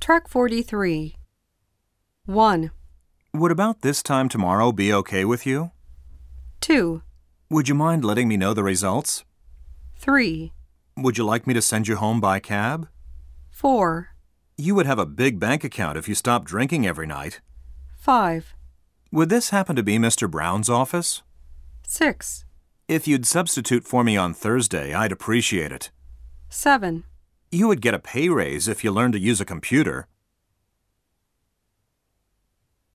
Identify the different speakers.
Speaker 1: Track 43. 1,
Speaker 2: Would about this time tomorrow be okay with you?
Speaker 1: 2,
Speaker 2: Would you mind letting me know the results?
Speaker 1: 3,
Speaker 2: Would you like me to send you home by cab?
Speaker 1: 4,
Speaker 2: You would have a big bank account if you stopped drinking every night.
Speaker 1: 5,
Speaker 2: Would this happen to be Mr. Brown's office?
Speaker 1: 6,
Speaker 2: If you'd substitute for me on Thursday, I'd appreciate it.
Speaker 1: 7,
Speaker 2: You would get a pay raise if you learned to use a computer.